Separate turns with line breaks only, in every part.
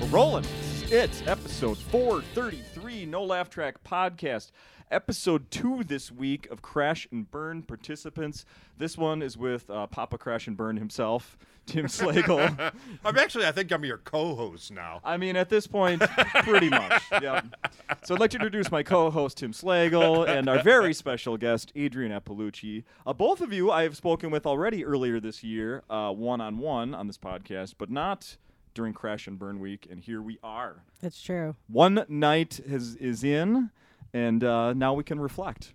We're rolling. It's episode 433, No Laugh Track Podcast. Episode two this week of Crash and Burn participants. This one is with uh, Papa Crash and Burn himself, Tim Slagle.
I'm actually, I think I'm your co-host now.
I mean, at this point, pretty much. Yeah. So I'd like to introduce my co-host Tim Slagle and our very special guest Adrian Appalucci. Uh, both of you I have spoken with already earlier this year, uh, one-on-one on this podcast, but not during Crash and Burn Week. And here we are.
That's true.
One night has, is in, and uh, now we can reflect.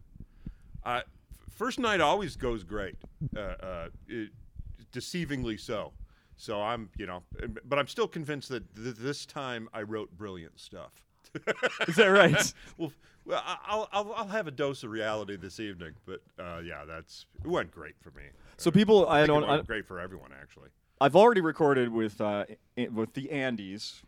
Uh, first night always goes great, uh, uh, it, deceivingly so. So I'm, you know, but I'm still convinced that th- this time I wrote brilliant stuff.
Is that right?
well, well, I- I'll, I'll, I'll have a dose of reality this evening, but uh, yeah, that's it went great for me.
So people, I
I think
don't.
it
I,
went great for everyone actually.
I've already recorded with uh, a- with the Andes,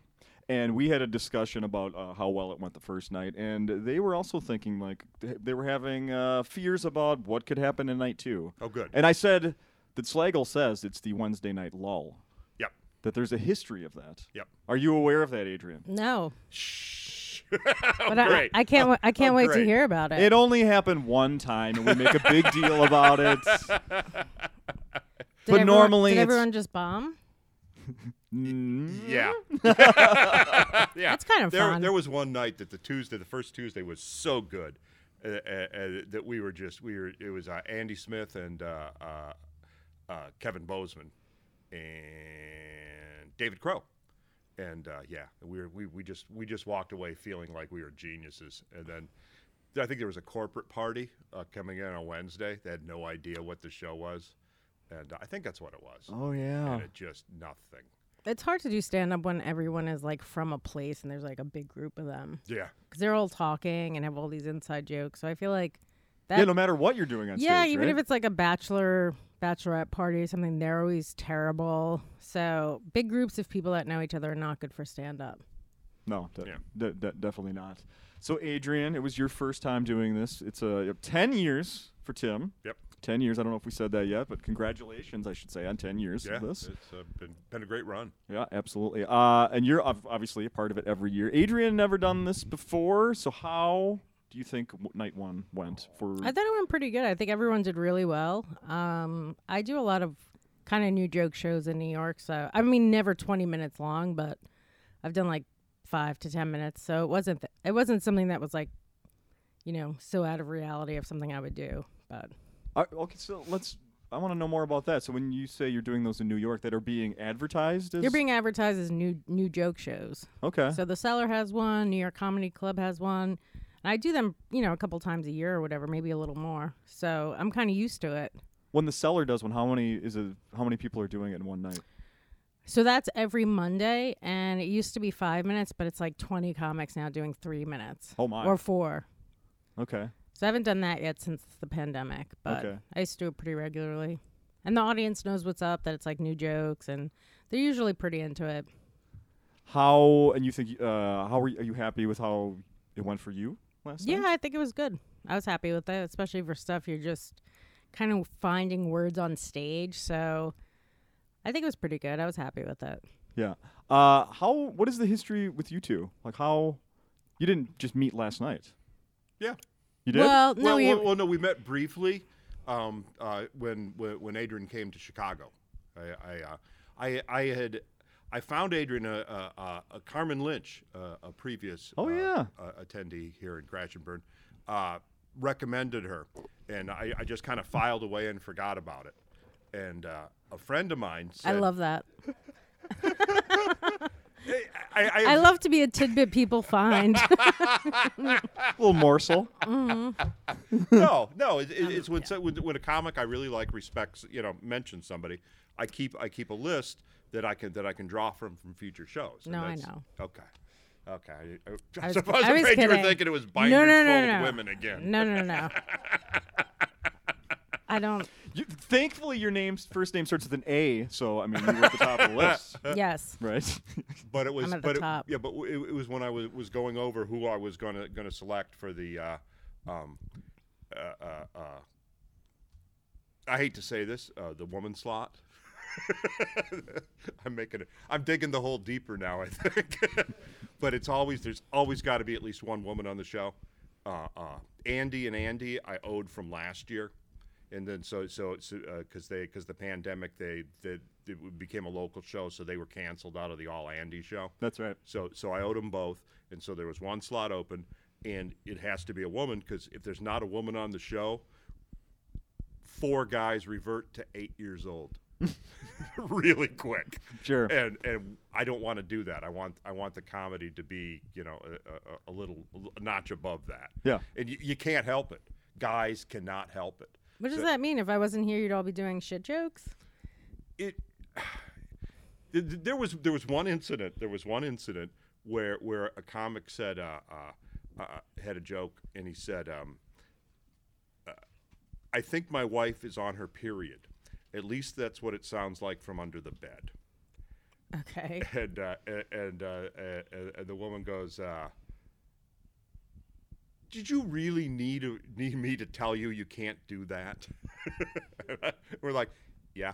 and we had a discussion about uh, how well it went the first night, and they were also thinking like th- they were having uh, fears about what could happen in night two.
Oh, good.
And I said that Slagle says it's the Wednesday night lull.
Yep,
That there's a history of that.
yep.
Are you aware of that, Adrian?
No,
Shh.
but
great.
I, I can't. wa- I can't
oh,
wait to
great.
hear about it.
It only happened one time, and we make a big deal about it.
Did
but
everyone-
normally
did
it's-
everyone just bomb?
Mm.
Yeah. Mm-hmm. yeah.
That's kind of
there,
fun.
There was one night that the Tuesday, the first Tuesday, was so good uh, uh, uh, that we were just we were. It was uh, Andy Smith and uh, uh, uh, Kevin Bozeman and David Crow. And uh, yeah, we, were, we we just we just walked away feeling like we were geniuses. And then I think there was a corporate party uh, coming in on Wednesday. They had no idea what the show was, and I think that's what it was.
Oh yeah.
And it just nothing.
It's hard to do stand up when everyone is like from a place and there's like a big group of them
Yeah.
because they're all talking and have all these inside jokes. So I feel like that.
Yeah. No matter what you're doing on
yeah,
stage,
even
right?
if it's like a bachelor bachelorette party or something, they're always terrible. So big groups of people that know each other are not good for stand up.
No, de-
Yeah.
de- de- definitely not. So, Adrian, it was your first time doing this. It's uh, 10 years for Tim.
Yep.
10 years. I don't know if we said that yet, but congratulations, I should say, on 10 years
Yeah,
of this.
it's uh, been been a great run.
Yeah, absolutely. Uh, and you're ob- obviously a part of it every year. Adrian never done this before, so how do you think w- night one went for?
I thought it went pretty good. I think everyone did really well. Um, I do a lot of kind of new joke shows in New York, so I mean, never twenty minutes long, but I've done like five to ten minutes. So it wasn't th- it wasn't something that was like, you know, so out of reality of something I would do. But
Uh, okay, so let's. I want to know more about that. So, when you say you're doing those in New York, that are being advertised as
you're being advertised as new new joke shows.
okay.
So the Cellar has one, New York Comedy Club has one. And I do them, you know, a couple times a year or whatever, maybe a little more. So I'm kind of used to it.
when the seller does one, how many is it? How many people are doing it in one night?
So that's every Monday, and it used to be five minutes, but it's like 20 comics now doing three minutes
Oh my.
or four.
okay.
So I haven't done that yet since the pandemic, but
Okay.
I used to do it pretty regularly. And the audience knows what's up, that it's like new jokes, and they're usually pretty into it.
How and you think? Uh, how are you, are you happy with how it went for you last
Yeah,
night?
I think it was good. I was happy with it, especially for stuff you're just kind of finding words on stage. So I think it was pretty good. I was happy with it.
Yeah. Uh, how? What is the history with you two? Like how? You didn't just meet last night.
Yeah.
You did.
Well, no,
well,
we-
well, well, no, we met briefly um, uh, when, when when Adrian came to Chicago. I I, uh, I, I had I found Adrian a, a, a, a Carmen Lynch, uh, a previous
Oh,
uh,
yeah.
uh, attendee here in Crash and Burn, uh, recommended her, and I, I just kind of filed away and forgot about it. And uh, a friend of mine
I
said,
love that.
I, I,
I love to be a tidbit people find.
little morsel.
no, no. It, it, it's when, so- when when a comic I really like respects, you know, mentions somebody. I keep I keep a list that I can that I can draw from from future shows. and
No, I
that's-
know.
Okay. Okay. I, I,
I was-
was,
I was
afraid you were
kidding.
thinking it was
No,
binders
no, no,
full
no.
of women again.
No, no, no. I don't.
You, thankfully, your name's first name starts with an A, so I mean you were at the top of the list,
Yes.
right?
But it was
I'm at the
but it-
top.
yeah, but w- it, it was when I was was going over who I was gonna gonna select for the. Uh, um, uh, uh, uh, I hate to say this, uh, the woman slot. I'm making it. I'm digging the hole deeper now, I think. but it's always there's always got to be at least one woman on the show. Uh, uh, Andy and Andy, I owed from last year, and then so so because so, uh 'cause they because the pandemic they they it became a local show, so they were canceled out of the All Andy show.
That's right.
So so I owed them both, and so there was one slot open, and it has to be a woman because if there's not a woman on the show, four guys revert to eight years old, really quick.
Sure.
And and I don't want to do that. I want I want the comedy to be you know a, a, a little a notch above that.
Yeah.
And you, you can't help it. Guys cannot help it.
What does that mean? If I wasn't here, you'd all be doing shit jokes.
it th- th- there was there was one incident there was one incident where where a comic said uh, uh, uh, had a joke and he said um, uh, I think my wife is on her period at least that's what it sounds like from under the bed
Okay.
and uh, a- and, uh, a- a- and the woman goes uh, did you really need to- need me to tell you you can't do that we're like yeah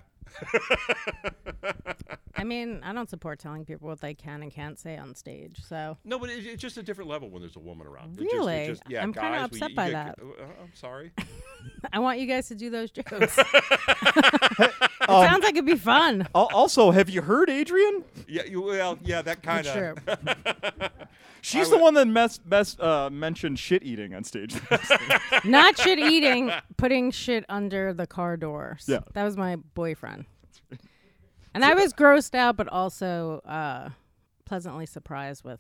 I mean, I don't support telling people what they can and can't say on stage. So
No, but it, it's just a different level when there's a woman around. It
Really?
Just, it just, yeah,
I'm
guys,
kinda
we-
upset
you
by
get-
that.
uh, uh, I'm sorry.
I want you guys to do those jokes. it
Um,
sounds like it'd be fun.
Al- Also, have you heard Adrian?
yeah, you, well, yeah, that kind
It's
of.
true.
She's
I
the
would-
one that mess, mess, uh, mentioned shit eating on stage.
Not shit eating, putting shit under the car door. S-
Yeah.
That was my boyfriend. And I was grossed out, but also uh, pleasantly surprised with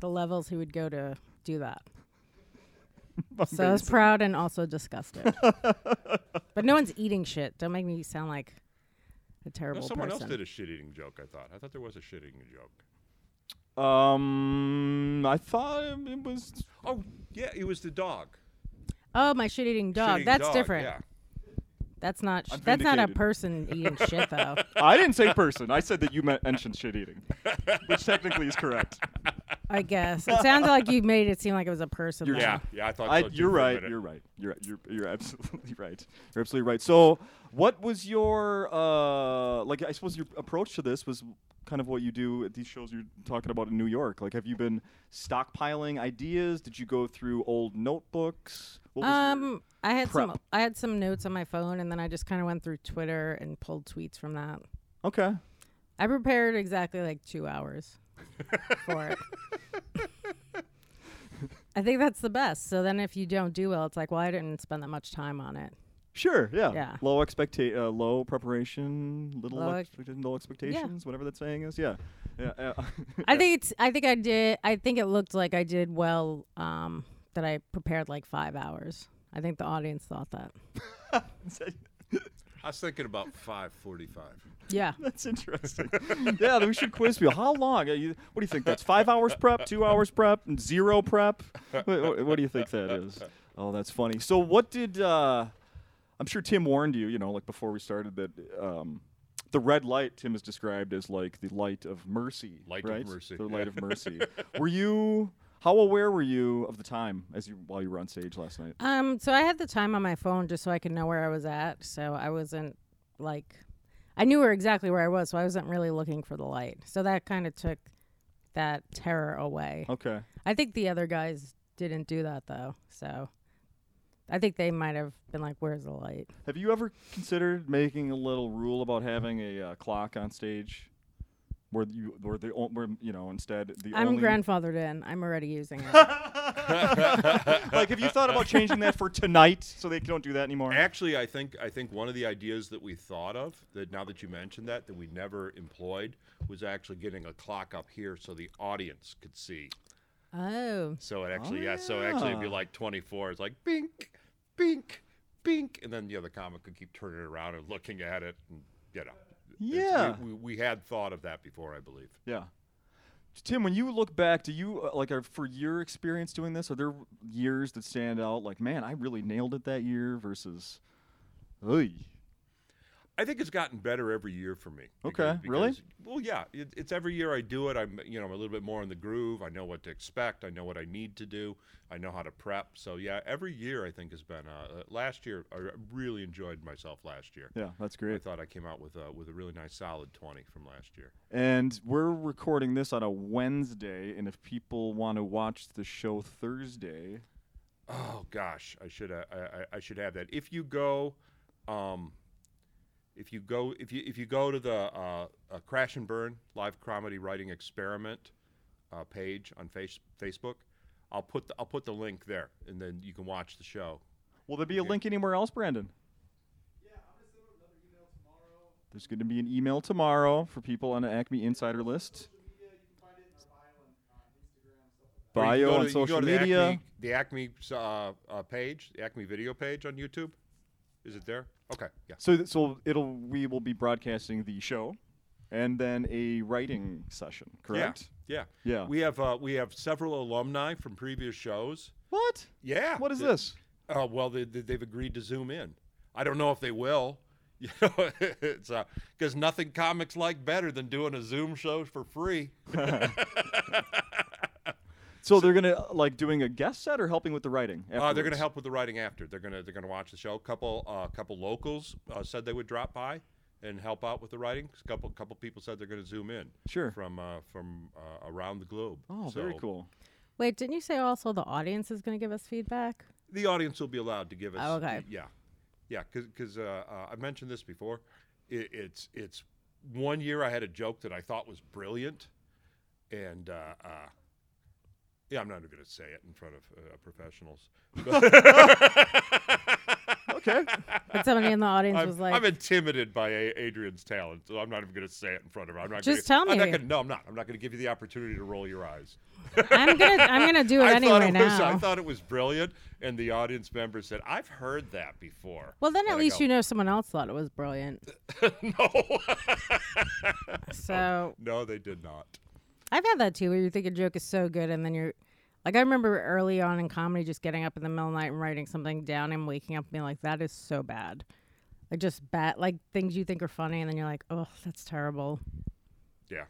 the levels he would go to do that. So I was proud and also disgusted. but no one's eating shit. Don't make me sound like a terrible
No, someone
person.
else did a shit-eating joke. I thought. I thought there was a shit-eating joke.
um, I thought it was.
Oh, yeah, it was the dog.
Oh, my shit eating dog.
Shit-eating
That's
dog,
different.
Yeah.
That's not sh-
I'm
that's not a
vindicated.
person eating shit though.
I didn't say person. I said that you meant mentioned shit eating, which technically is correct.
I guess. It sounded like you made it seem like it was a person.
You're-
though.
Yeah, yeah, I thought.
I,
so too
you're
for a
right.
minute.
You're right. You're you're you're absolutely right. You're absolutely right. So, what was your uh like? I suppose your approach to this was kind of what you do at these shows you're talking about in New York. Like, have you been stockpiling ideas? Did you go through old notebooks? What was your-
Um, I had some
prep?
I had some notes on my phone, and then I just kind of went through Twitter and pulled tweets from that.
okay.
I prepared exactly like two hours for it. I think that's the best. So then, if you don't do well, it's like, well, I didn't spend that much time on it.
Sure. Yeah.
Yeah.
Low expecta- uh, low preparation, little
Low
low,
ex-
low expectations, whatever that saying is. Yeah. Yeah. uh,
I think it's. I think I did. I think it looked like I did well. Um, that I prepared like five hours. I think the audience thought that.
I was thinking about five forty-five.
Yeah.
That's interesting. yeah, then we should quiz people. How long? Are you, what do you think? That's five hours prep, two hours prep, and zero prep. What, what, do you think that is? Oh, that's funny. So, what did? Uh, I'm sure Tim warned you. You know, like before we started, that um, the red light Tim is described as like the light of mercy.
Light of
right?
mercy,
The
yeah.
light of mercy. Were you? How aware were you of the time as you while you were on stage last night?
Um, so I had the time on my phone just so I could know where I was at. So I wasn't like, I knew where exactly where I was, so I wasn't really looking for the light. So that kind of took that terror away.
Oh.
Okay.
I think the other guys didn't do that though. So I think they might have been like, "Where's the light?"
Have you ever considered making a little rule about having a uh, clock on stage, where you where the o- where you know instead the
I'm
only
grandfathered in. I'm already using it.
like have you thought about changing that for tonight so they don't do that anymore?
Actually, I think I think one of the ideas that we thought of that now that you mentioned that that we never employed was actually getting a clock up here so the audience could see.
oh,
So it actually, yeah. So actually, it'd be
Ah.
like 24. It's like bink, bink, bink, and then the other comic could keep turning it around and looking at it, and you know. it's-
Yeah.
we, we, we had thought of that before, I believe.
Yeah. Tim, when you look back, do you uh, like are, for your experience doing this? Are there years that stand out? Like, man, I really nailed it that year versus, oy.
I think it's gotten better every year for me.
Okay, really?
Well, yeah. It, it's every year I do it. I'm, you know, I'm a little bit more in the groove. I know what to expect. I know what I need to do. I know how to prep. So yeah, every year I think has been. Uh, uh, last year I really enjoyed myself. Last year,
Yeah, that's
I
great.
thought I came out with a, with a really nice solid twenty from last year.
And we're recording this on a Wednesday, and if people want to watch the show Thursday,
Oh gosh, I should uh, I, I- I should have that. If you go, um, if you go if you if you go to the uh, uh, Crash and Burn live comedy writing experiment uh, page on face, Facebook, I'll put the, I'll put the link there, and then you can watch the show.
will there be a link anywhere else, Brandon? There's going to be an email tomorrow for people on the Acme Insider list.
Or you can
Bio
go
on
to- you can go
social
to the
media.
Acme- the Acme, uh, uh, page, the Acme video page on YouTube. Is it there? Okay, yeah.
So, th- so it'll we will be broadcasting the show, and then a writing session. Correct.
Yeah, yeah.
Yeah.
We have uh, we have several alumni from previous shows.
What?
Yeah.
What is
the-
this?
Uh, well, they, they, they've agreed to zoom in. I don't know if they will. You know, it's because nothing comics like better than doing a Zoom show for free. Uh,
So, they're gonna uh, like doing a guest set or helping with the writing.
Uh, they're
afterwards?
going to help with the writing after. They're going to they're going to watch the show. A couple uh, couple locals uh, said they would drop by and help out with the writing. A couple couple people said they're going to zoom in.
Sure.
From uh, from uh, around the globe.
Oh, very
So
cool.
Wait, didn't you say also the audience is going to give us feedback?
The audience will be allowed to give us.
Oh, okay.
Yeah, yeah. Because uh, uh, I mentioned this before. It, it's it's one year I had a joke that I thought was brilliant, and uh, uh, yeah, I'm not even going to say it in front of uh, professionals.
Okay.
But somebody in the audience
I'm,
was like,
I'm intimidated by a- Adrian's talent, so I'm not even going to say it in front of her. I'm not
Just
gonna,
tell
I'm not
me.
gonna- no, I'm not. I'm not going to give you the opportunity to roll your eyes.
I'm gonna I'm gonna do it
I
anyway
thought it was.
now.
I thought it was brilliant, and the audience member said, "I've heard that before."
well, then
And
at
I
least
go,
you know someone else thought it was brilliant.
No,
So
no, they did not.
I've had that too, where you think a joke is so good, and then you're like, I remember early on in comedy, just getting up in the middle of the night and writing something down, and waking up and being like, that is so bad. Like just bad, like things you think are funny, and then you're like, oh, that's terrible.
Yeah,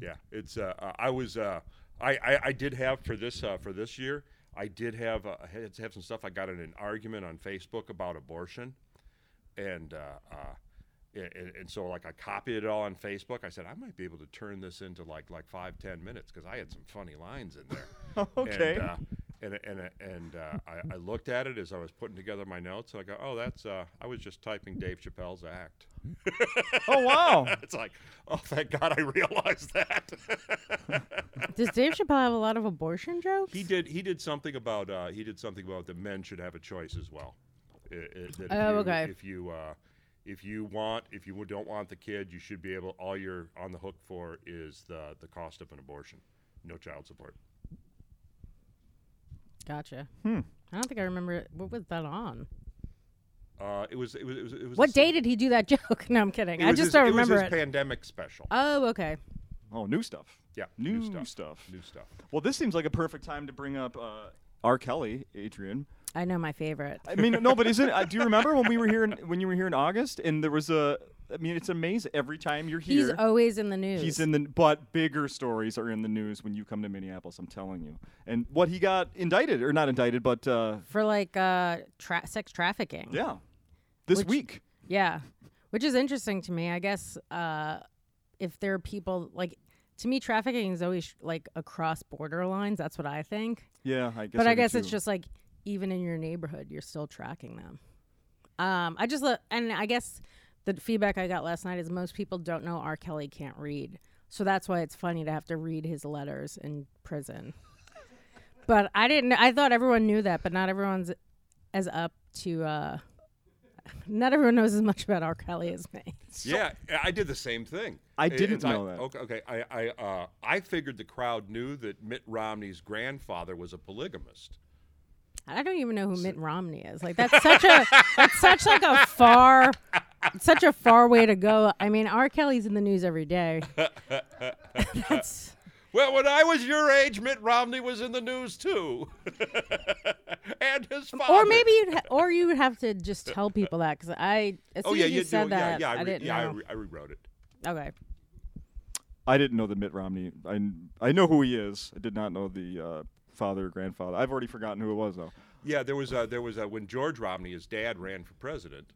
yeah. It's uh, uh, I was uh, I, I I did have for this uh, for this year. I did have uh, I had to have some stuff. I got in an argument on Facebook about abortion, and uh, uh, a- and, and so like I copied it all on Facebook. I said I might be able to turn this into like like five ten minutes because I had some funny lines in there.
Okay.
And, uh, and and and uh, I, I looked at it as I was putting together my notes, and I go, "Oh, that's uh, I was just typing Dave Chappelle's act."
Oh wow.
It's like, oh, thank God I realized that.
Does Dave Chappelle have a lot of abortion jokes?
he did. He did something about. Uh, he did something about that men should have a choice as well. I- I- that if
Oh,
you-
okay.
If you uh, if you want, if you don't want the kid, you should be able. All you're on the hook for is the the cost of an abortion, no child support.
Gotcha. I don't think I remember. it. What was that on?
Uh, it was. It was. It was. It was
What
a-
day did he do that joke? No, I'm kidding.
It
I
was
just
his- it
don't
was
remember
his
it.
pandemic special.
Oh, okay.
Oh, new stuff.
yeah.
New,
stuff.
stuff.
New stuff.
Well, this seems like a perfect time to bring up uh, R. Kelly, Adrian.
I know my favorite.
I mean, no, but isn't? Uh, do you remember when we were here in, when you were here in August and there was a? I mean, it's amazing every time you're here.
He's always in the news.
He's in the but bigger stories are in the news when you come to Minneapolis. I'm telling you. And what he got indicted or not indicted, but uh,
for like uh tra- sex trafficking.
yeah, this
Which-
week.
Yeah. Which is interesting to me. I guess uh if there are people like to me trafficking is always like across border lines. That's what I think.
Yeah, I guess.
but I
do
guess it's
too.
just like even in your neighborhood you're still tracking them. Um I just lo- and I guess the feedback I got last night is most people don't know R. Kelly can't read. So that's why it's funny to have to read his letters in prison. but I didn't I thought everyone knew that, but not everyone's as up to uh not everyone knows as much about R. Kelly as me.
yeah, I- I did the same thing.
I
It-
didn't
it's like-
know that.
Okay, okay. I I uh, I figured the crowd knew that Mitt Romney's grandfather was a polygamist.
I don't even know who Mitt Romney is. Like that's such a that's such like a far such a far way to go. I mean, R. Kelly's in the news every day. that's
Wait, Well, when I was your age, Mitt Romney was in the news too, and his father.
Or maybe you'd ha- or you would have to just tell people that because I as soon
Oh yeah,
as you,
you do-
said
Yeah,
that
yeah, I,
I,
re-
didn't
yeah, I,
know.
re- I rewrote it.
okay,
I didn't know that Mitt Romney. I I know who he is. I did not know the uh, father, grandfather. I've already forgotten who it was though.
Yeah, there was a, there was a, when George Romney, his dad, ran for president.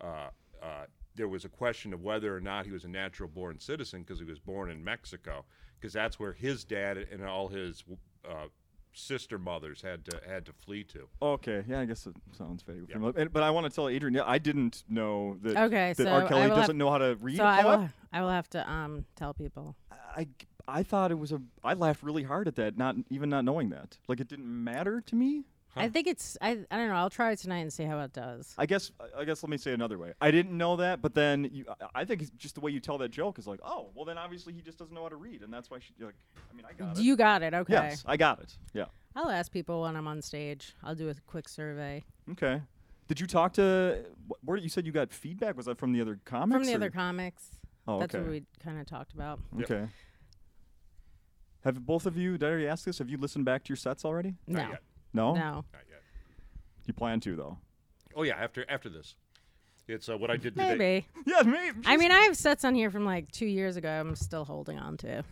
Uh, uh, there was a question of whether or not he was a natural born citizen because he was born in Mexico, because that's where his dad and all his uh, sister mothers had to had to flee to.
Okay, yeah, I guess it sounds vague. familiar. And- But I want to tell Adrian, yeah, I didn't know that.
Okay,
that R.
so
Kelly
I will
doesn't
have-
know how to read.
so I
poem?
will I will have to um tell people.
I I thought it was a. I laughed really hard at that, not even not knowing that. Like it didn't matter to me.
I think it's I I don't know. I'll try it tonight and see how it does.
I guess I guess let me say it another way. I didn't know that, but then you, I- I think it's just the way you tell that joke is like, oh, well then obviously he just doesn't know how to read, and that's why she like. I mean, I got it.
You got it. Okay.
Yes, I got it. Yeah.
I'll ask people when I'm on stage. I'll do a quick survey
Okay. Did you talk to? wh- Where you said you got feedback? Was that from the other comics?
from the
or-
other comics.
Oh,
That's what
okay.
we kind of talked about.
Yep.
Okay. Have both of you? Did I already ask this? Have you listened back to your sets already?
No,
yet.
No.
no.
Not yet.
You plan to though.
Oh yeah, after after this, it's uh, what I did today.
Maybe.
Yeah, maybe.
I mean, I have sets on here from like two years ago. I'm still holding on to.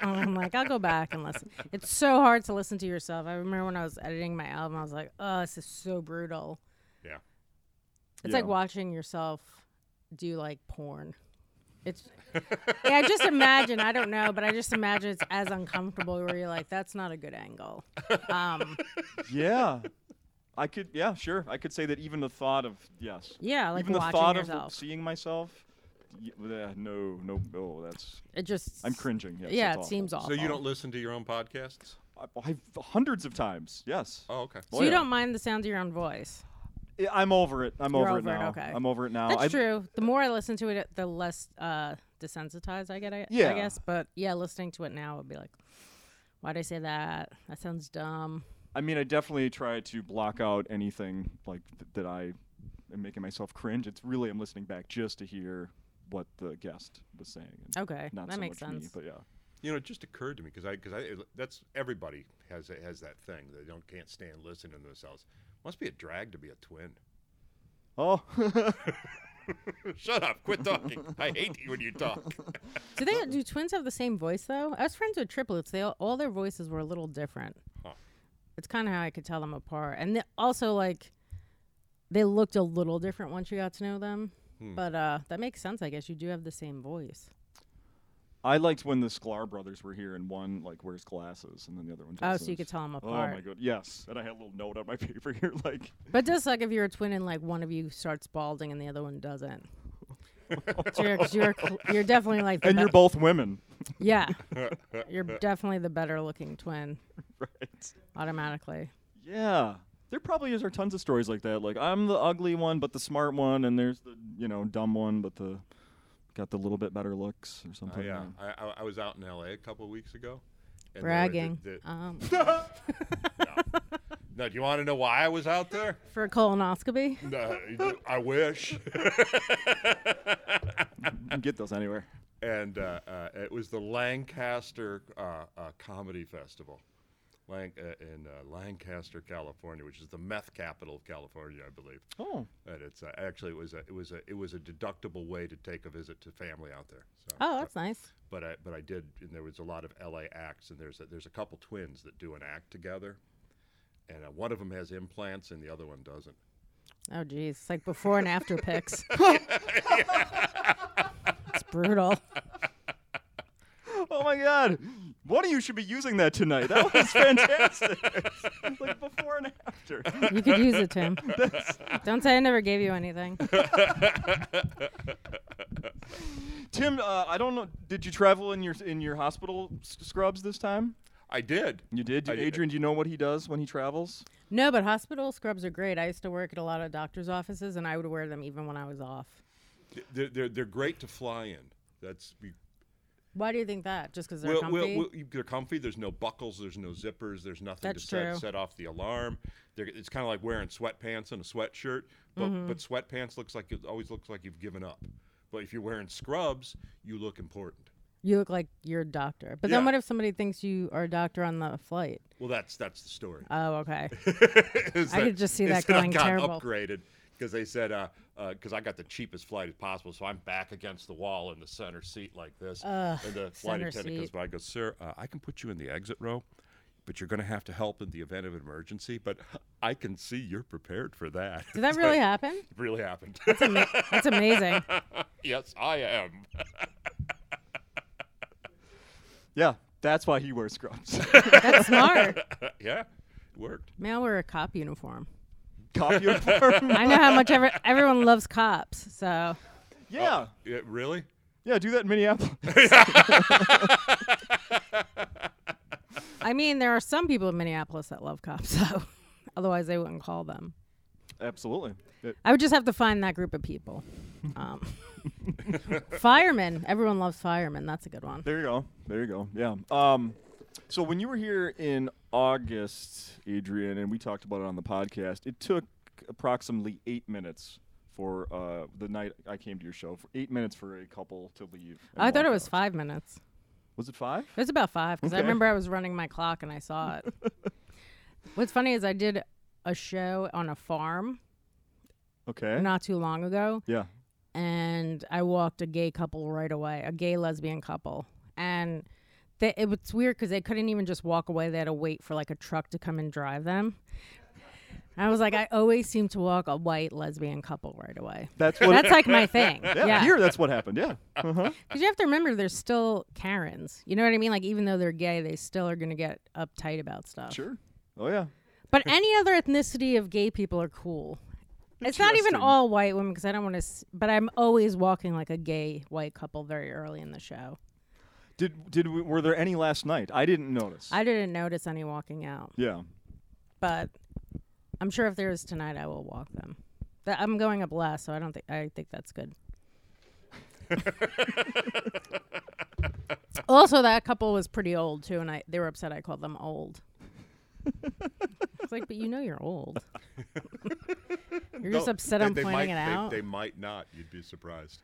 I'm like, I'll go back and listen. It's so hard to listen to yourself. I remember when I was editing my album, I was like, oh, this is so brutal.
Yeah.
It's
Yeah.
like watching yourself do like porn. It's yeah. I just imagine. I don't know, but I just imagine it's as uncomfortable where you're like, that's not a good angle. Um,
yeah. I could. Yeah, sure. I could say that even the thought of yes.
yeah, like
even the
watching
thought
yourself.
of seeing myself. y- uh, no, no, no. That's
it just
I'm cringing. Yes,
yeah,
that's
it
awful.
seems awful.
So you don't listen to your own podcasts?
I, I've hundreds of times. Yes.
Oh, okay.
So you
yeah.
don't mind the sound of your own voice.
I- I'm over it. I'm
You're
over, it
over it,
now.
okay.
I'm over it now.
That's
I,
true. The more I listen to it, the less uh, desensitized I get. I,
Yeah.
I guess. But yeah, listening to it now would be like, why would I say that? That sounds dumb.
I mean, I definitely try to block out anything like th- that I am making myself cringe. It's really I'm listening back just to hear what the guest was saying. and
Okay,
Not
that
so
makes
much
sense.
me, but yeah.
You know, it just occurred to me because I because I that's everybody has has that thing they don't can't stand listening to themselves. Must be a drag to be a twin.
Oh,
Shut up! Quit talking. I hate you when you talk.
do they do twins have the same voice though? I was friends with triplets. They all, all their voices were a little different.
Huh.
It's kind of how I could tell them apart, and they, also like they looked a little different once you got to know them.
Hmm.
But uh, that makes sense. I guess you do have the same voice.
I liked when the Sklar brothers were here, and one like wears glasses, and then the other one.
Oh,
Doesn't.
so you could tell them
Oh
apart.
my god, yes. And I had a little note on my paper here, like
But just like if you're a twin and like one of you starts balding and the other one doesn't. So you're, 'cause you're, cl- you're definitely like the
and
be-
you're both women,
yeah you're definitely the better looking twin
right?
automatically
Yeah. There probably is are tons of stories like that. Like I'm the ugly one, but the smart one, and there's the you know dumb one, but the got the little bit better looks or something.
I, uh, I, I I was out in L.A. a couple of weeks ago. And there-
bragging
the- the-
um,
no, do you want to know why I was out there?
for a colonoscopy
No, I wish.
You can get those anywhere.
and uh, uh, it was the Lancaster uh, uh, Comedy Festival Lan- uh, in uh, Lancaster, California, which is the meth capital of California, I believe.
Oh,
And it's uh, actually it was a it was a it was a deductible way to take a visit to family out there. So,
oh that's nice
but I but I did, and there was a lot of LA acts, and there's a, there's a couple twins that do an act together, and uh, one of them has implants and the other one doesn't.
oh geez it's like before and after pics it's brutal
oh my God! One of you should be using that tonight. That was fantastic. like before and after.
you could use it tim don't say i never gave you anything
Tim, uh, I don't know. Did you travel in your in your hospital s- scrubs this time?
I did.
You did. Do-
I did.
Adrian, do you know what he does when he travels?
no but hospital scrubs are great i used to work at a lot of doctors offices and i would wear them even when i was off
They're they're, they're great to fly in. That's be-
Why do you think that? Just because they're
well,
comfy?
well, well, you- they're comfy. There's no buckles. There's no zippers. There's nothing
That's
to set,
true.
set off the alarm. They're, it's kind of like wearing sweatpants and a sweatshirt, but,
Mm-hmm.
but sweatpants looks like it always looks like you've given up. But if you're wearing scrubs, you look important.
You look like you're a doctor. But then
Yeah.
what if somebody thinks you are a doctor on the flight?
Well, that's that's the story.
Oh, okay.
Is
I could just see that
is I
going
got
terrible.
Upgraded because they said because uh, 'cause I got the cheapest flight as possible, so I'm back against the wall in the center seat like this.
Ugh,
and the flight
center
attendant goes
seat.
by, and goes, "Sir, uh, I can put you in the exit row." But you're going to have to help in the event of an emergency. But I can see you're prepared for that.
Did that
It's
really
like,
happen?
it really happened.
That's amazing.
yes, I am.
Yeah, that's why he wears scrubs.
That's smart.
yeah, it worked.
May I wear a cop uniform?
Cop uniform.
I know how much every, everyone loves cops, so
yeah,
Yeah, really?
yeah. Do that in Minneapolis.
I mean, there are some people in Minneapolis that love cops, so otherwise they wouldn't call them.
Absolutely. It-
I would just have to find that group of people. Um, firemen, everyone loves firemen. That's a good one.
There you go. There you go. Yeah. Um, so when you were here in August, Adrian, and we talked about it on the podcast, it took approximately eight minutes for uh, the night I came to your show. For eight minutes for a couple to leave. and
I thought
walk
it was
out.
five minutes.
Was it five?
It was about five because I
Okay.
remember I was running my clock and I saw it. What's funny is I did a show on a farm
Okay.
not too long ago,
Yeah.
and I walked a gay couple right away, a gay lesbian couple, and they, it was weird because they couldn't even just walk away; they had to wait for like a truck to come and drive them. I was like, I always seem to walk a white lesbian couple right away.
That's what.
That's like my thing.
yeah,
Yeah,
Here, that's what happened. Yeah. Uh-huh.
because you have to remember, they're still Karens. You know what I mean? Like, even though they're gay, they still are going to get uptight about stuff.
Sure. Oh yeah.
But any other ethnicity of gay people are cool. It's not even
Interesting.
all white women because I don't want to. S- but I'm always walking like a gay white couple very early in the show.
Did did we, were there any last night? I didn't notice.
I didn't notice any walking out,
yeah.
but I'm sure if there is tonight, I will walk them. That I'm going up last, so I don't think I think that's good. also, that couple was pretty old too, and I they were upset I called them old. it's like, but you know you're old. you're just
No,
upset
they-
I'm
they
pointing
might-
it
they-
out.
They might not. You'd be surprised.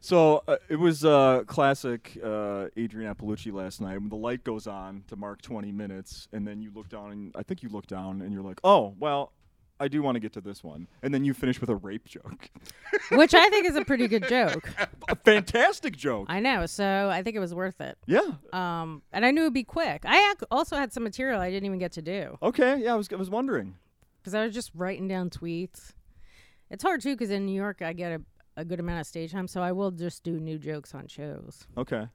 So uh, it was uh, classic uh, Adrian Appalucci last night. When the light goes on to mark 20 minutes, and then you look down, and I think you look down, and you're like, "Oh, well, I do want to get to this one." And then you finish with a rape joke.
which I think is a pretty good joke.
a fantastic joke.
I know, so I think it was worth it.
yeah.
Um, and I knew it'd be quick. I ac- also had some material I didn't even get to do
Okay. Yeah, I was I was wondering.
because I was just writing down tweets. It's hard too because in New York I get a, a good amount of stage time, so I will just do new jokes on shows.
Okay.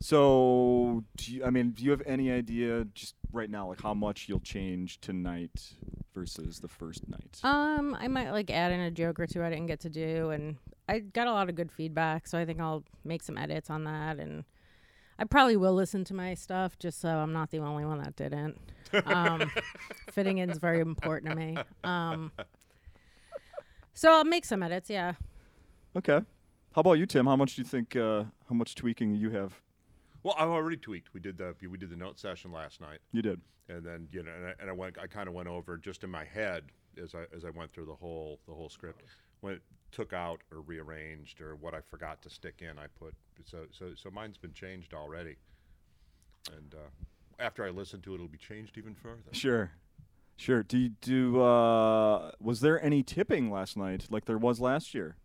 So, do you, I mean, do you have any idea just right now, like how much you'll change tonight versus the first night?
Um, I might like add in a joke or two I didn't get to do, and I got a lot of good feedback, so I think I'll make some edits on that, and I probably will listen to my stuff just so I'm not the only one that didn't. Um, fitting in is very important to me. Um, so I'll make some edits, yeah.
okay. How about you, Tim? How much do you think? Uh, how much tweaking you have?
Well, I've already tweaked. We did the we did the note session last night,
You did.
and then you know, and I, and I went. I kind of went over just in my head as I as I went through the whole the whole script. When it took out or rearranged or what I forgot to stick in, I put so so so mine's been changed already, and uh, after I listen to it, it'll be changed even further.
Sure. Sure. Do you do uh was there any tipping last night like there was last year?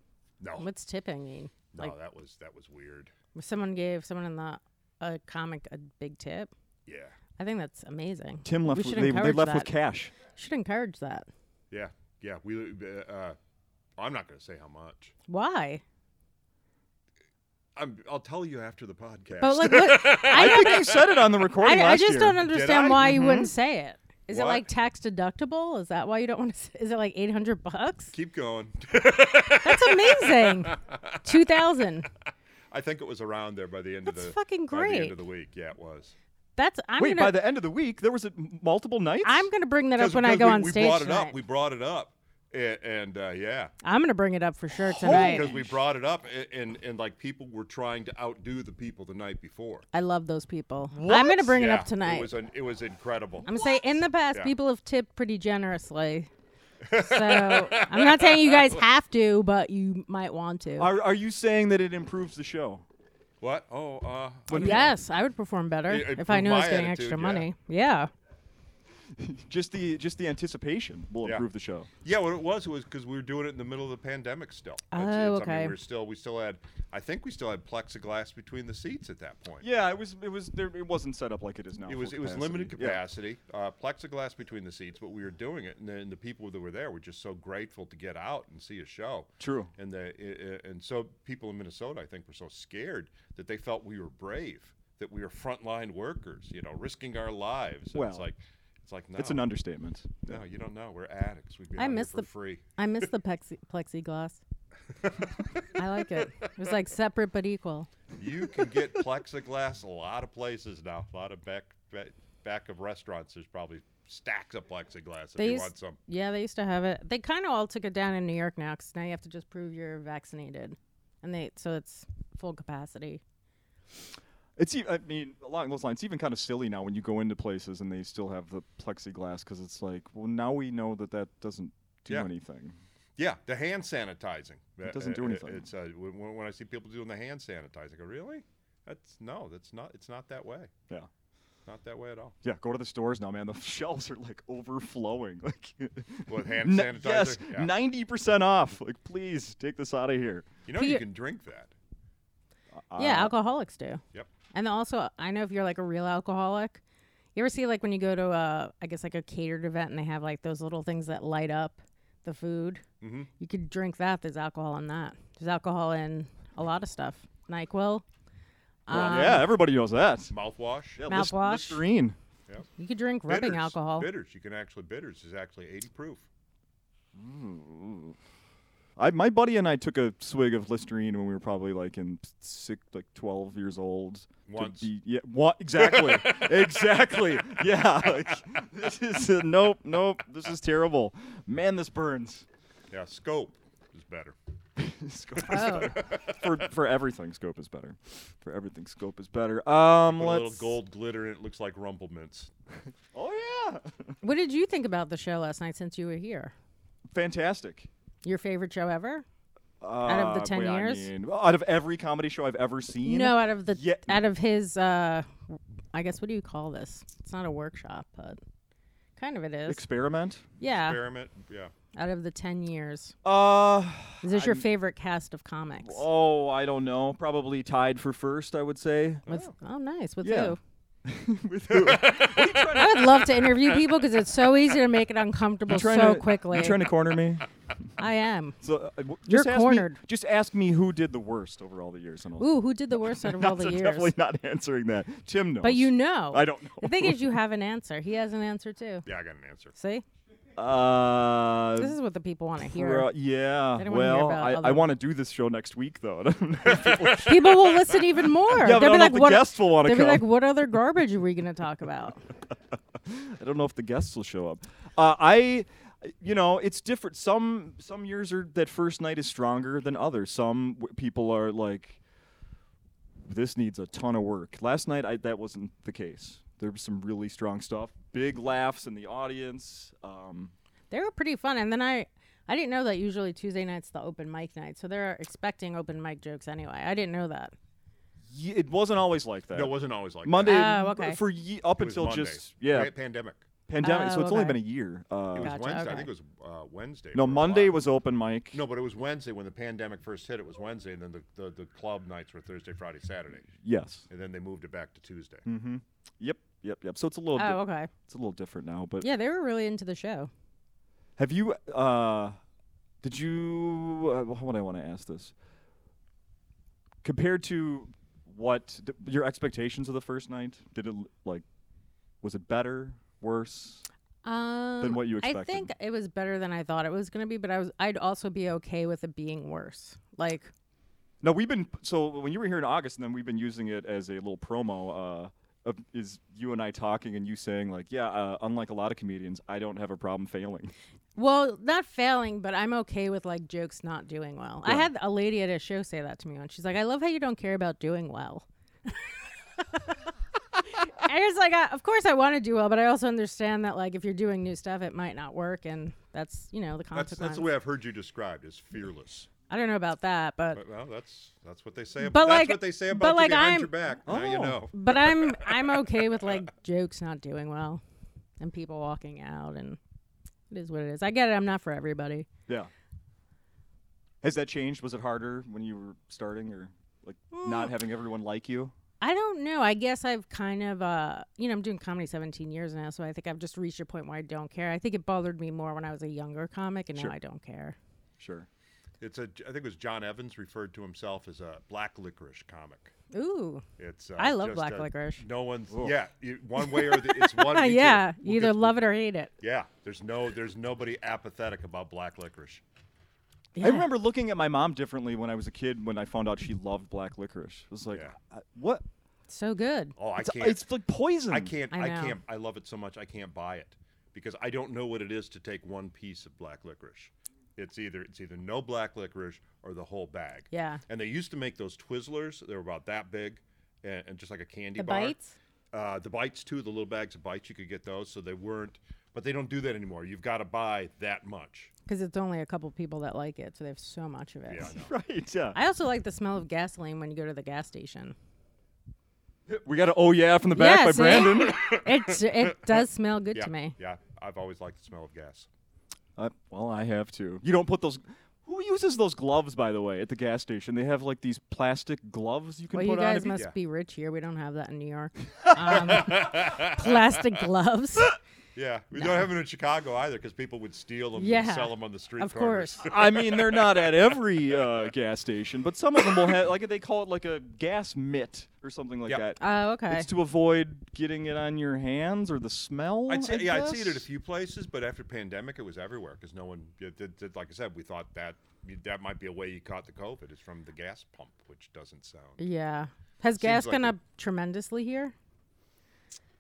No, no,
What's tipping mean? Like
that was that was weird.
someone gave someone in the a comic a big tip.
Yeah,
I think that's amazing.
Tim left
We
with,
should
they, they
encourage
left with
that.
cash.
Should encourage that.
yeah, yeah. We uh, uh, I'm not going to say how much.
Why?
I'm, I'll tell you after the podcast.
But like, what,
I,
I don't
think you said it on the recording
I,
last
I just
year.
don't understand
I?
why you wouldn't say it. Is it
What?
like tax deductible? Is that why you don't want to? Say, is it like eight hundred bucks?
Keep going.
That's amazing. Two thousand.
I think it was around there by the end of
That's
the
fucking
by the end
great.
of the week. Yeah, it was.
That's I'm
Wait,
gonna
by the end of the week there was a, m- multiple nights?
I'm gonna bring that up
'Cause-
when I
'cause
go
we,
on
we
stage
brought it
tonight.
up. We brought it up, and, and uh, yeah,
I'm gonna bring it up for sure tonight.
because we brought it up, and, and and like people were trying to outdo the people the night before.
I love those people. I'm gonna bring it
Yeah,
up tonight.
It was an, it was incredible.
I'm gonna say in the past
Yeah.
people have tipped pretty generously. So I'm not saying you guys have to, but you might want to.
are, are you saying that it improves the show?
What? Oh, uh,
When-
Yes, I would perform better
Yeah, uh,
if I knew I was
my
getting
attitude,
extra
yeah.
money. Yeah.
Just the just the anticipation will
Yeah.
improve the show.
yeah. What it was was because we were doing it in the middle of the pandemic still.
Oh,
I
okay.
mean, we are still we still had. I think we still had plexiglass between the seats at that point.
Yeah, it was it was there it wasn't set up like it is now.
It
full
was it was limited
Yeah.
capacity, uh, plexiglass between the seats, but we were doing it, and then the people that were there were just so grateful to get out and see a show.
True.
and the i- i- and so people in Minnesota, I think, were so scared that they felt we were brave, that we were frontline workers, you know, risking our lives. And
Well,
it's like it's like no,
It's an understatement.
no, you don't know, we're addicts. We've been
I
out here
miss
for
the-
free.
I miss the plexi- plexiglass. I like it. It was like separate but equal.
You can get plexiglass a lot of places now. A lot of back back, back of restaurants. There's probably stacks of plexiglass if
They
you
used-
want some.
Yeah, they used to have it. They kind of all took it down in New York now, 'cause now you have to just prove you're vaccinated, and they so it's full capacity.
It's e- I mean along those lines, it's even kind of silly now when you go into places and they still have the plexiglass because it's like, well, now we know that that doesn't do
Yeah.
anything.
Yeah, the hand sanitizing. Uh,
doesn't do
uh, uh,
anything.
It's uh, when, when I see people doing the hand sanitizing, I go, really? That's no, that's not. It's not that way.
Yeah.
Not that way at all.
Yeah, go to the stores now, man. The shelves are like overflowing. Like
With hand
N-
sanitizer.
yes,
Yeah.
ninety percent off. Like, please take this out of here.
You know
Peter-
you can drink that.
yeah,
Uh,
alcoholics do.
Yep.
And then also, I know if you're like a real alcoholic, you ever see like when you go to a, I guess like a catered event and they have like those little things that light up the food.
Mm-hmm.
Mhm.
You could drink that. There's alcohol in that. There's alcohol in a lot of stuff. Nyquil.
well,
Um,
yeah, everybody knows that.
Mouthwash.
Yeah, lis-
Mouthwash.
Listerine.
You could drink rubbing
bitters,
alcohol.
Bitters. You can actually bitters is actually 80 proof.
I, my buddy and I took a swig of Listerine when we were probably like in six, like twelve years old. to
Once.
be- yeah, wa- exactly, exactly. Yeah, like, this is a, nope, nope. This is terrible. Man, this burns.
Yeah, scope is better.
Scope is
Oh,
for for everything, scope is better. For everything, scope is better. Um,
Put a
let's.
little gold glitter and it looks like rumble mints.
Oh yeah,
what did you think about the show last night since you were here?
fantastic.
Your favorite show ever?
Uh,
of the 10
wait, I
years?
mean, out of every comedy show I've ever seen.
no, out of the
Yeah.
out of his uh I guess what do you call this? It's not a workshop, but kind of it is.
Experiment.
yeah,
Experiment. Yeah.
out of the 10 years.
Uh,
Is this your
I'm-
favorite cast of comics?
Oh, I don't know. Probably tied for first, I would say.
With, oh, nice. With
Yeah.
who?
With who? you
I would love to interview people because it's so easy to make it uncomfortable
trying
so
to,
quickly.
You trying to corner me?
I am.
So uh, w-
You're
just ask me-
cornered.
just ask me who did the worst over all the years, and I'll
Ooh, who did the worst out of all
That's
the years?
definitely not answering that. Tim knows.
But you know.
I don't know.
The thing is, you have an answer. He has an answer too.
Yeah, I got an answer.
See,
Uh,
this is what the people want to hear.
bro- yeah.
They don't wanna hear
Well,
about
I, I
other-
want to do this show next week though. I don't know.
People will listen even
yeah,
more.
but I
They'll
don't
be
know
like,
if the
"What-
guests will want to
They'd be
come.
like, "What other garbage are we going to talk about?"
I don't know if the guests will show up. Uh, I, you know, it's different. Some some years are that first night is stronger than others. Some w- people are like, this needs a ton of work. Last night, I, that wasn't the case. There was some really strong stuff, big laughs in the audience. Um,
They were pretty fun, and then I, I didn't know that usually Tuesday nights the open mic night, so they're expecting open mic jokes anyway. I didn't know that.
y- it wasn't always like that.
No, it wasn't always like that.
Monday
Oh,
m-
okay.
for ye- up
It was
until
Monday.
just yeah
Pa- pandemic.
pandemic. so
Oh,
it's only
okay.
been a year. Uh,
It was
Gotcha,
Wednesday. I
okay.
think it was uh, Wednesday. for
no,
a
Monday
while.
was open mic.
No, but it was Wednesday when the pandemic first hit. It was Wednesday, and then the, the, the club nights were Thursday, Friday, Saturday,
Yes.
and then they moved it back to Tuesday.
Hmm.
Mm-hmm. Yep. Yep. Yep. So it's a little. di-
Oh, okay.
it's a little different now, but
Yeah, they were really into the show.
Have you? Uh, did you? Uh, how would I want to ask this? Compared to what th- your expectations of the first night, did it l- like? Was it better? Worse?
Um,
what you
I
expected.
think it was better than I thought it was going to be, but I was I'd also be okay with it being worse. Like,
No, we've been so when you were here in August, and then we've been using it as a little promo. Uh, of, is you and I talking, and you saying like, yeah, uh, unlike a lot of comedians, I don't have a problem failing.
well, not failing, but I'm okay with like jokes not doing well. I had a lady at a show say that to me once. She's like, "I love how you don't care about doing well." I was like, I, of course I want to do well, but I also understand that like if you're doing new stuff, it might not work, and that's you know the
That's
consequence.
that's the way I've heard you described as fearless.
I don't know about that, but
But, well, that's that's what they say.
But
that's
like-
what they say about
but
you
like
behind
I'm-
your back. Now you
Oh.
know.
but I'm I'm okay with like jokes not doing well and people walking out and it is what it is. I get it. I'm not for everybody.
Yeah. Has that changed? Was it harder when you were starting or like not having everyone like you?
I don't know. I guess I've kind of uh you know, I'm doing comedy 17 years now, so I think I've just reached a point where I don't care. I think it bothered me more when I was a younger comic and
Sure.
now I don't care.
Sure.
It's a. I think it was John Evans referred to himself as a black licorice comic.
Ooh.
It's. Uh,
I love
just
black
a-
licorice.
No one's.
Ooh.
Yeah, you, one way or the. It's one. or the two.
yeah,
We'll
you either
get-
love it or hate it.
Yeah, there's no. There's nobody apathetic about black licorice.
I
Yeah.
remember looking at my mom differently when I was a kid when I found out she loved black licorice. It was like,
Yeah.
I- what?
It's so good.
Oh, I
It's,
can't.
it's like poison.
I can't.
I
I,
know.
can't. I love it so much. I can't buy it because I don't know what it is to take one piece of black licorice. It's either it's either no black licorice or the whole bag.
Yeah.
And they used to make those Twizzlers. They were about that big, and, and just like a candy
The
bar.
bites?
Uh, the bites too. The little bags of bites you could get those. So they weren't. But they don't do that anymore. You've got to buy that much.
Because it's only a couple people that like it, so they have so much of it.
Yeah, I know.
Right, yeah.
I also like the smell of gasoline when you go to the gas station.
we got to oh yeah from the back by
Yeah, see?
Brandon.
It it does smell good
yeah,
to me.
yeah. I've always liked the smell of gas.
Uh, well, I have to. You don't put those. Who uses those gloves, by the way, at the gas station? They have like these plastic gloves you can
Well,
put
you
on.
guys
if you-
must
Yeah.
be rich here. We don't have that in New York. Um, plastic gloves,
Yeah, we don't have them in Chicago either because people would steal them and
Yeah,
sell them on the street.
of
corners.
course.
I mean, they're not at every uh, gas station, but some of them will have like they call it like a gas mitt or something like
Yep.
that.
Oh, okay.
It's to avoid getting it on your hands or the smell.
I'd
I
say, yeah, I'd see it at a
guess?
few places, but after pandemic, it was everywhere because no one, it, it, it- like I said, we thought that that might be a way you caught the COVID is from the gas pump, which doesn't sound.
Yeah. Has gas
like
gone
it-
up tremendously here?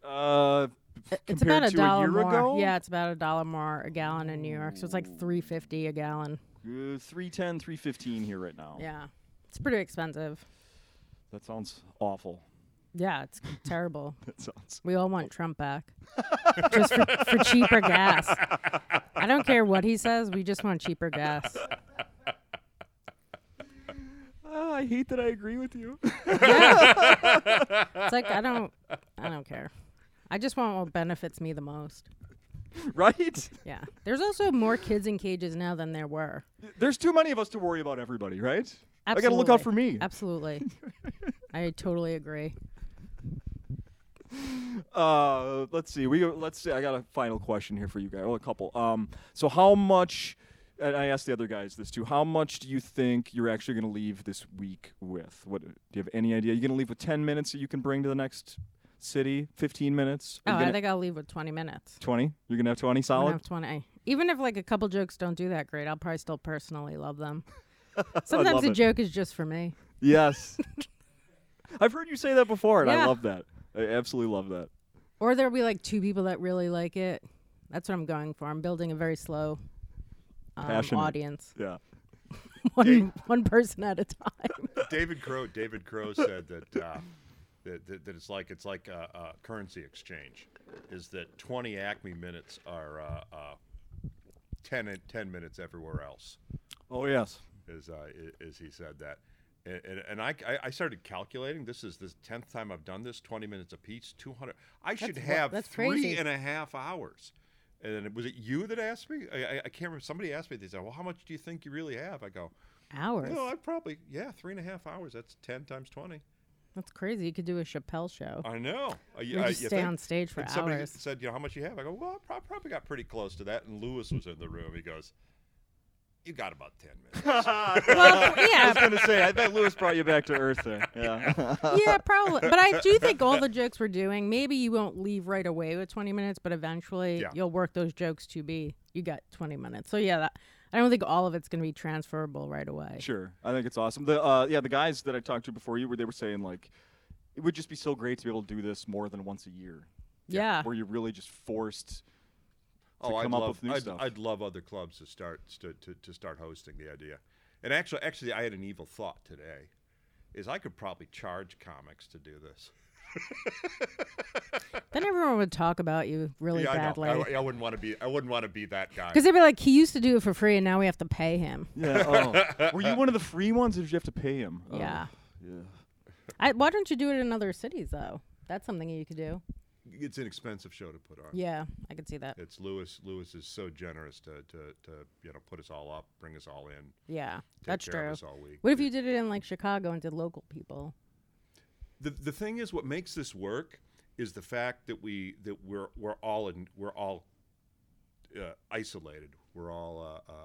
Uh,
It's
compared
about a
to
dollar
a year
more.
ago.
Yeah, it's about a dollar more a gallon in New York, so it's like three fifty a gallon.
Uh, 310, 315 here right now.
Yeah, it's pretty expensive.
That sounds awful.
Yeah, it's terrible.
That sounds.
We all want Trump back, just for, for cheaper gas. I don't care what he says. We just want cheaper gas.
Oh, I hate that I agree with you.
It's like I don't, I don't care. I just want what benefits me the most.
right?
Yeah. There's also more kids in cages now than there were.
There's too many of us to worry about everybody, right? I
Absolutely.
got to look out for me.
Absolutely. I totally agree.
Uh, let's see. We let's see. I got a final question here for you guys. Well, a couple. Um, so how much? And I asked the other guys this too. How much do you think you're actually going to leave this week with? What do you have any idea? You're going to leave with 10 minutes that you can bring to the next city. 15 minutes. Are
Oh,
you
I
gonna-
think I'll leave with 20 minutes.
20. You're going to have 20
I'm gonna
solid.
have 20. Even if like a couple jokes don't do that great, I'll probably still personally love them. Sometimes
love
a
it.
joke is just for me.
Yes. I've heard you say that before, and I
Yeah.
love that. I absolutely love that.
Or there'll be like two people that really like it. That's what I'm going for. I'm building a very slow um,
Passionate.
audience,
Yeah.
one, one person at a time.
David Crow, David Crow said that, uh, that, that that it's like it's like a, a currency exchange, is that 20 Acme minutes are uh, uh, 10 and 10 minutes everywhere else.
Oh yes.
as uh, i- as he said that. And, and, and I, I- I started calculating. This is the tenth time I've done this. Twenty minutes apiece, two hundred. I should
That's wa-
have
that's
three
crazy.
and a half hours. And it, was it you that asked me? I, I, I can't remember. Somebody asked me. They said, "Well, how much do you think you really have?" I go,
Hours.
"No, I probably yeah, three and a half hours. That's ten times twenty.
That's crazy. You could do a Chappelle show.
I know. Uh, I,
We just stay on stage for
and somebody
hours.
said, "You know how much you have?" I go, "Well, I prob- probably got pretty close to that." And Lewis was in the room. He goes, "You got about ten minutes."
well,
I
yeah,
was gonna say. I bet Lewis brought you back to earth there. Yeah.
yeah, probably. But I do think all the jokes we're doing, maybe you won't leave right away with 20 minutes, but eventually
Yeah.
you'll work those jokes to be you got 20 minutes. So yeah, that, I don't think all of it's going to be transferable right away.
Sure, I think it's awesome. The uh, yeah, the guys that I talked to before you were they were saying like, it would just be so great to be able to do this more than once a year,
Yeah.
where you're really just forced. to
Oh, I'd
come up
love,
with new
I'd,
stuff.
I'd love other clubs to start to, to, to start hosting the idea. And actually, actually, I had an evil thought today, is I could probably charge comics to do this.
Then everyone would talk about you really
yeah, I know.
badly.
I, I wouldn't want to be. I wouldn't want to be that guy.
Because they'd be like, he used to do it for free, and now we have to pay him.
Yeah. Oh. Were you one of the free ones, or did you have to pay him? Oh,
Yeah.
Yeah.
I, why don't you do it in other cities though? That's something you could do.
It's an expensive show to put on.
Yeah, I could see that.
It's Lewis. Lewis is so generous to, to, to you know put us all up, bring us all in,
Yeah,
take
that's
care
true.
of us all week.
What if you did it in like Chicago and did local people?
the the thing is what makes this work is the fact that we that we're we're all in we're all uh, isolated we're all uh, uh,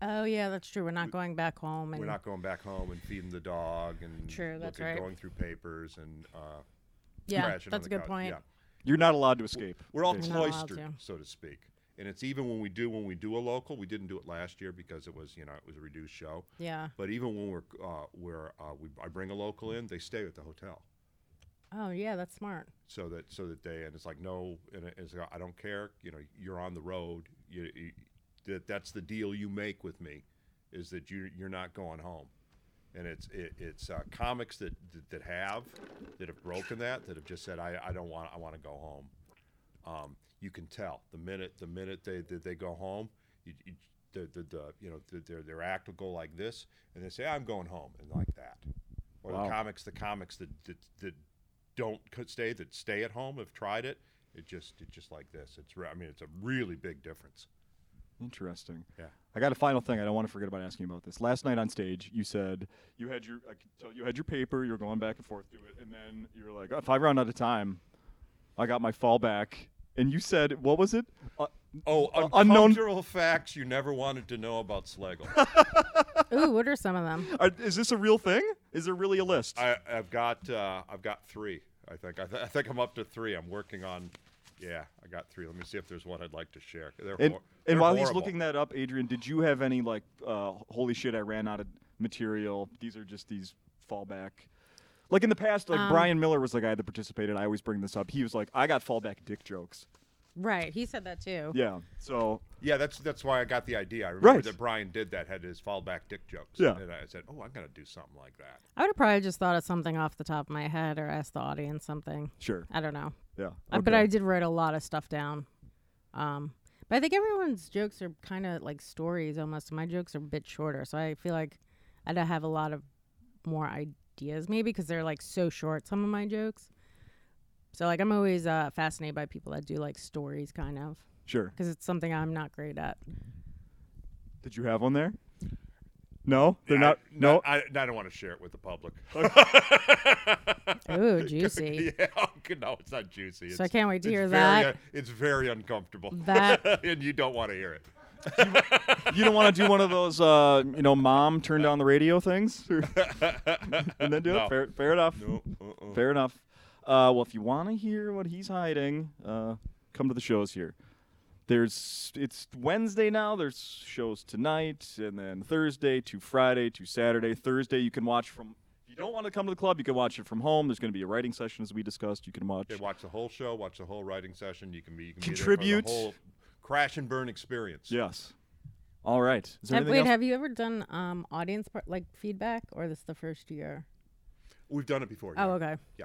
Oh yeah, that's true. We're not going back home. And
we're not going back home and feeding the dog and
True, that's
looking-
right.
going through papers and uh,
yeah,
crashing on
that's a
the
good
couch.
point.
Yeah.
You're not allowed to escape.
we're all
not allowed
cloistered
to.
so to speak and it's even when we do when we do a local we didn't do it last year because it was you know it was a reduced show
Yeah.
but even when we're uh, we're uh, we, I bring a local in they stay at the hotel
Oh yeah, that's smart.
so that so that they and it's like no and it- it's like, I don't care you know you're on the road you, you that that's the deal you make with me is that you you're not going home and it's it, it's uh, comics that, that that have that have broken that that have just said I, I don't want I want to go home um, you can tell the minute the minute they they, they go home you, you the, the, the you know the, their their act will go like this and they say I'm going home and like that or
Wow.
the comics the comics that that, that don't co- stay that stay at home have tried it it just it's just like this it's re- I mean it's a really big difference
Interesting.
Yeah.
I got a final thing. I don't want to forget about asking you about this. Last night on stage, you said you had your I could tell you had your paper. You were going back and forth to it, and then you were like, "Oh, if I run out of time, I got my fallback." And you said, "What was it?" Uh,
oh
Uh, unknown-
unknown facts you never wanted to know about Slegel
Ooh, what are some of them?
are, is this a real thing? Is there really a list?
I, I've got uh, I've got three. I think I, th- I think I'm up to three. I'm working on. Yeah, I got three. Let me see if there's one I'd like to share. They're
and
hor-
and
they're
while he's
horrible.
looking that up, Adrian, did you have any like, uh, "Holy shit, I ran out of material"? These are just these fallback. Like in the past, like
Um,
Brian Miller was the guy that participated. I always bring this up. He was like, "I got fallback dick jokes."
Right, he said that too.
Yeah. So
yeah, that's that's why I got the idea. I remember
Right.
that Brian did that, had his fallback dick jokes.
Yeah.
and I said, oh, I'm gonna do something like that.
I would have probably just thought of something off the top of my head or asked the audience something.
sure.
I don't know.
Yeah.
Uh, But
okay.
I did write a lot of stuff down. Um, but I think everyone's jokes are kind of like stories almost. My jokes are a bit shorter, so I feel like I don't have a lot of more ideas, maybe because they're like so short. Some of my jokes. So like I'm always uh, fascinated by people that do like stories, kind of,
Sure.
because it's something I'm not great at.
Did you have one there? No, they're
I-
not. No.
I, I don't want to share it with the public.
Ooh, juicy.
yeah, no, it's not juicy.
So I
It's-
can't wait to
it's
hear
very
that.
un- it's very uncomfortable.
That-
and you don't want to hear it.
you don't want to do one of those, uh, you know, mom turned on the radio things, Or- and then do
No.
it. Fair, fair enough.
No, uh-uh.
Fair enough. Uh, well, if you want to hear what he's hiding, uh, come to the shows here. There's it's Wednesday now. There's shows tonight, and then Thursday to Friday to Saturday. Thursday you can watch from. If you don't want to come to the club, you can watch it from home. There's going to be a writing session as we discussed. You can watch.
They watch the whole show, watch the whole writing session. You can be you can
Contribute.
Be there for the whole crash and burn experience.
Yes. All right. Is there
Have,
anything
wait,
else?
have you ever done um, audience part, like feedback, or this the first year?
we've done it before.
Oh,
yeah.
okay.
Yeah.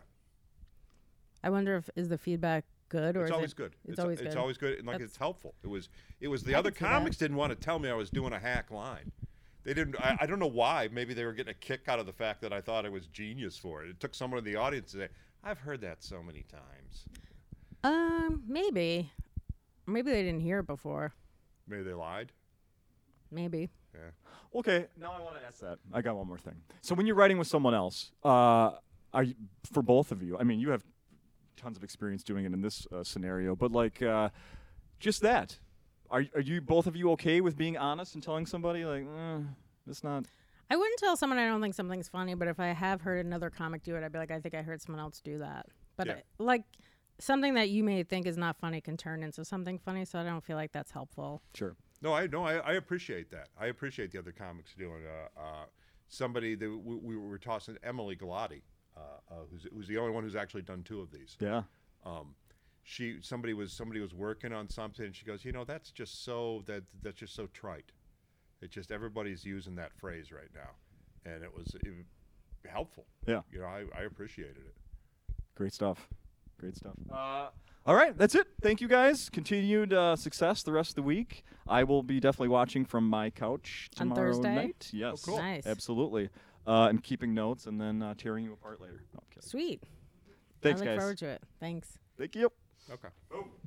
I wonder if is the feedback good or
It's
is
always
it,
good.
It's, always good.
It's always good, and like
That's-
it's helpful. It was. It was the
I
other
can see that.
comics didn't want to tell me I was doing a hack line. They didn't. I, I don't know why. Maybe they were getting a kick out of the fact that I thought I was genius for it. It took someone in the audience to say, "I've heard that so many times."
Um, maybe, maybe they didn't hear it before.
Maybe they lied.
Maybe.
Yeah.
Okay, now I want to ask that. I got one more thing. So when you're writing with someone else, uh, are you, for both of you? I mean, you have tons of experience doing it in this uh, scenario, but like, uh, just that. Are are you both of you okay with being honest and telling somebody like, mm, it's not?
I wouldn't tell someone I don't think something's funny, but if I have heard another comic do it, I'd be like, I think I heard someone else do that. But
Yeah.
I- like something that you may think is not funny can turn into something funny, so I don't feel like that's helpful.
Sure.
No, I no, I, I appreciate that. I appreciate the other comics doing. Uh, uh, somebody that we, we were tossing Emily Galati, uh, uh, who's, who's the only one who's actually done two of these.
Yeah.
Um, she somebody was somebody was working on something. and She goes, you know, that's just so that that's just so trite. It's just everybody's using that phrase right now, and it was, it, helpful.
Yeah.
You know, I, I appreciated it.
Great stuff. Great stuff. Uh, all right, that's it. Thank you guys. Continued uh, success the rest of the week. I will be definitely watching from my couch
On
tomorrow
Thursday? Oh,
night. Yes,
cool.
Nice.
absolutely. Uh, and keeping notes and then uh, tearing you apart later. No, I'm kidding.
Sweet.
Thanks,
I look
guys.
forward to it. Thanks.
Thank you.
Okay.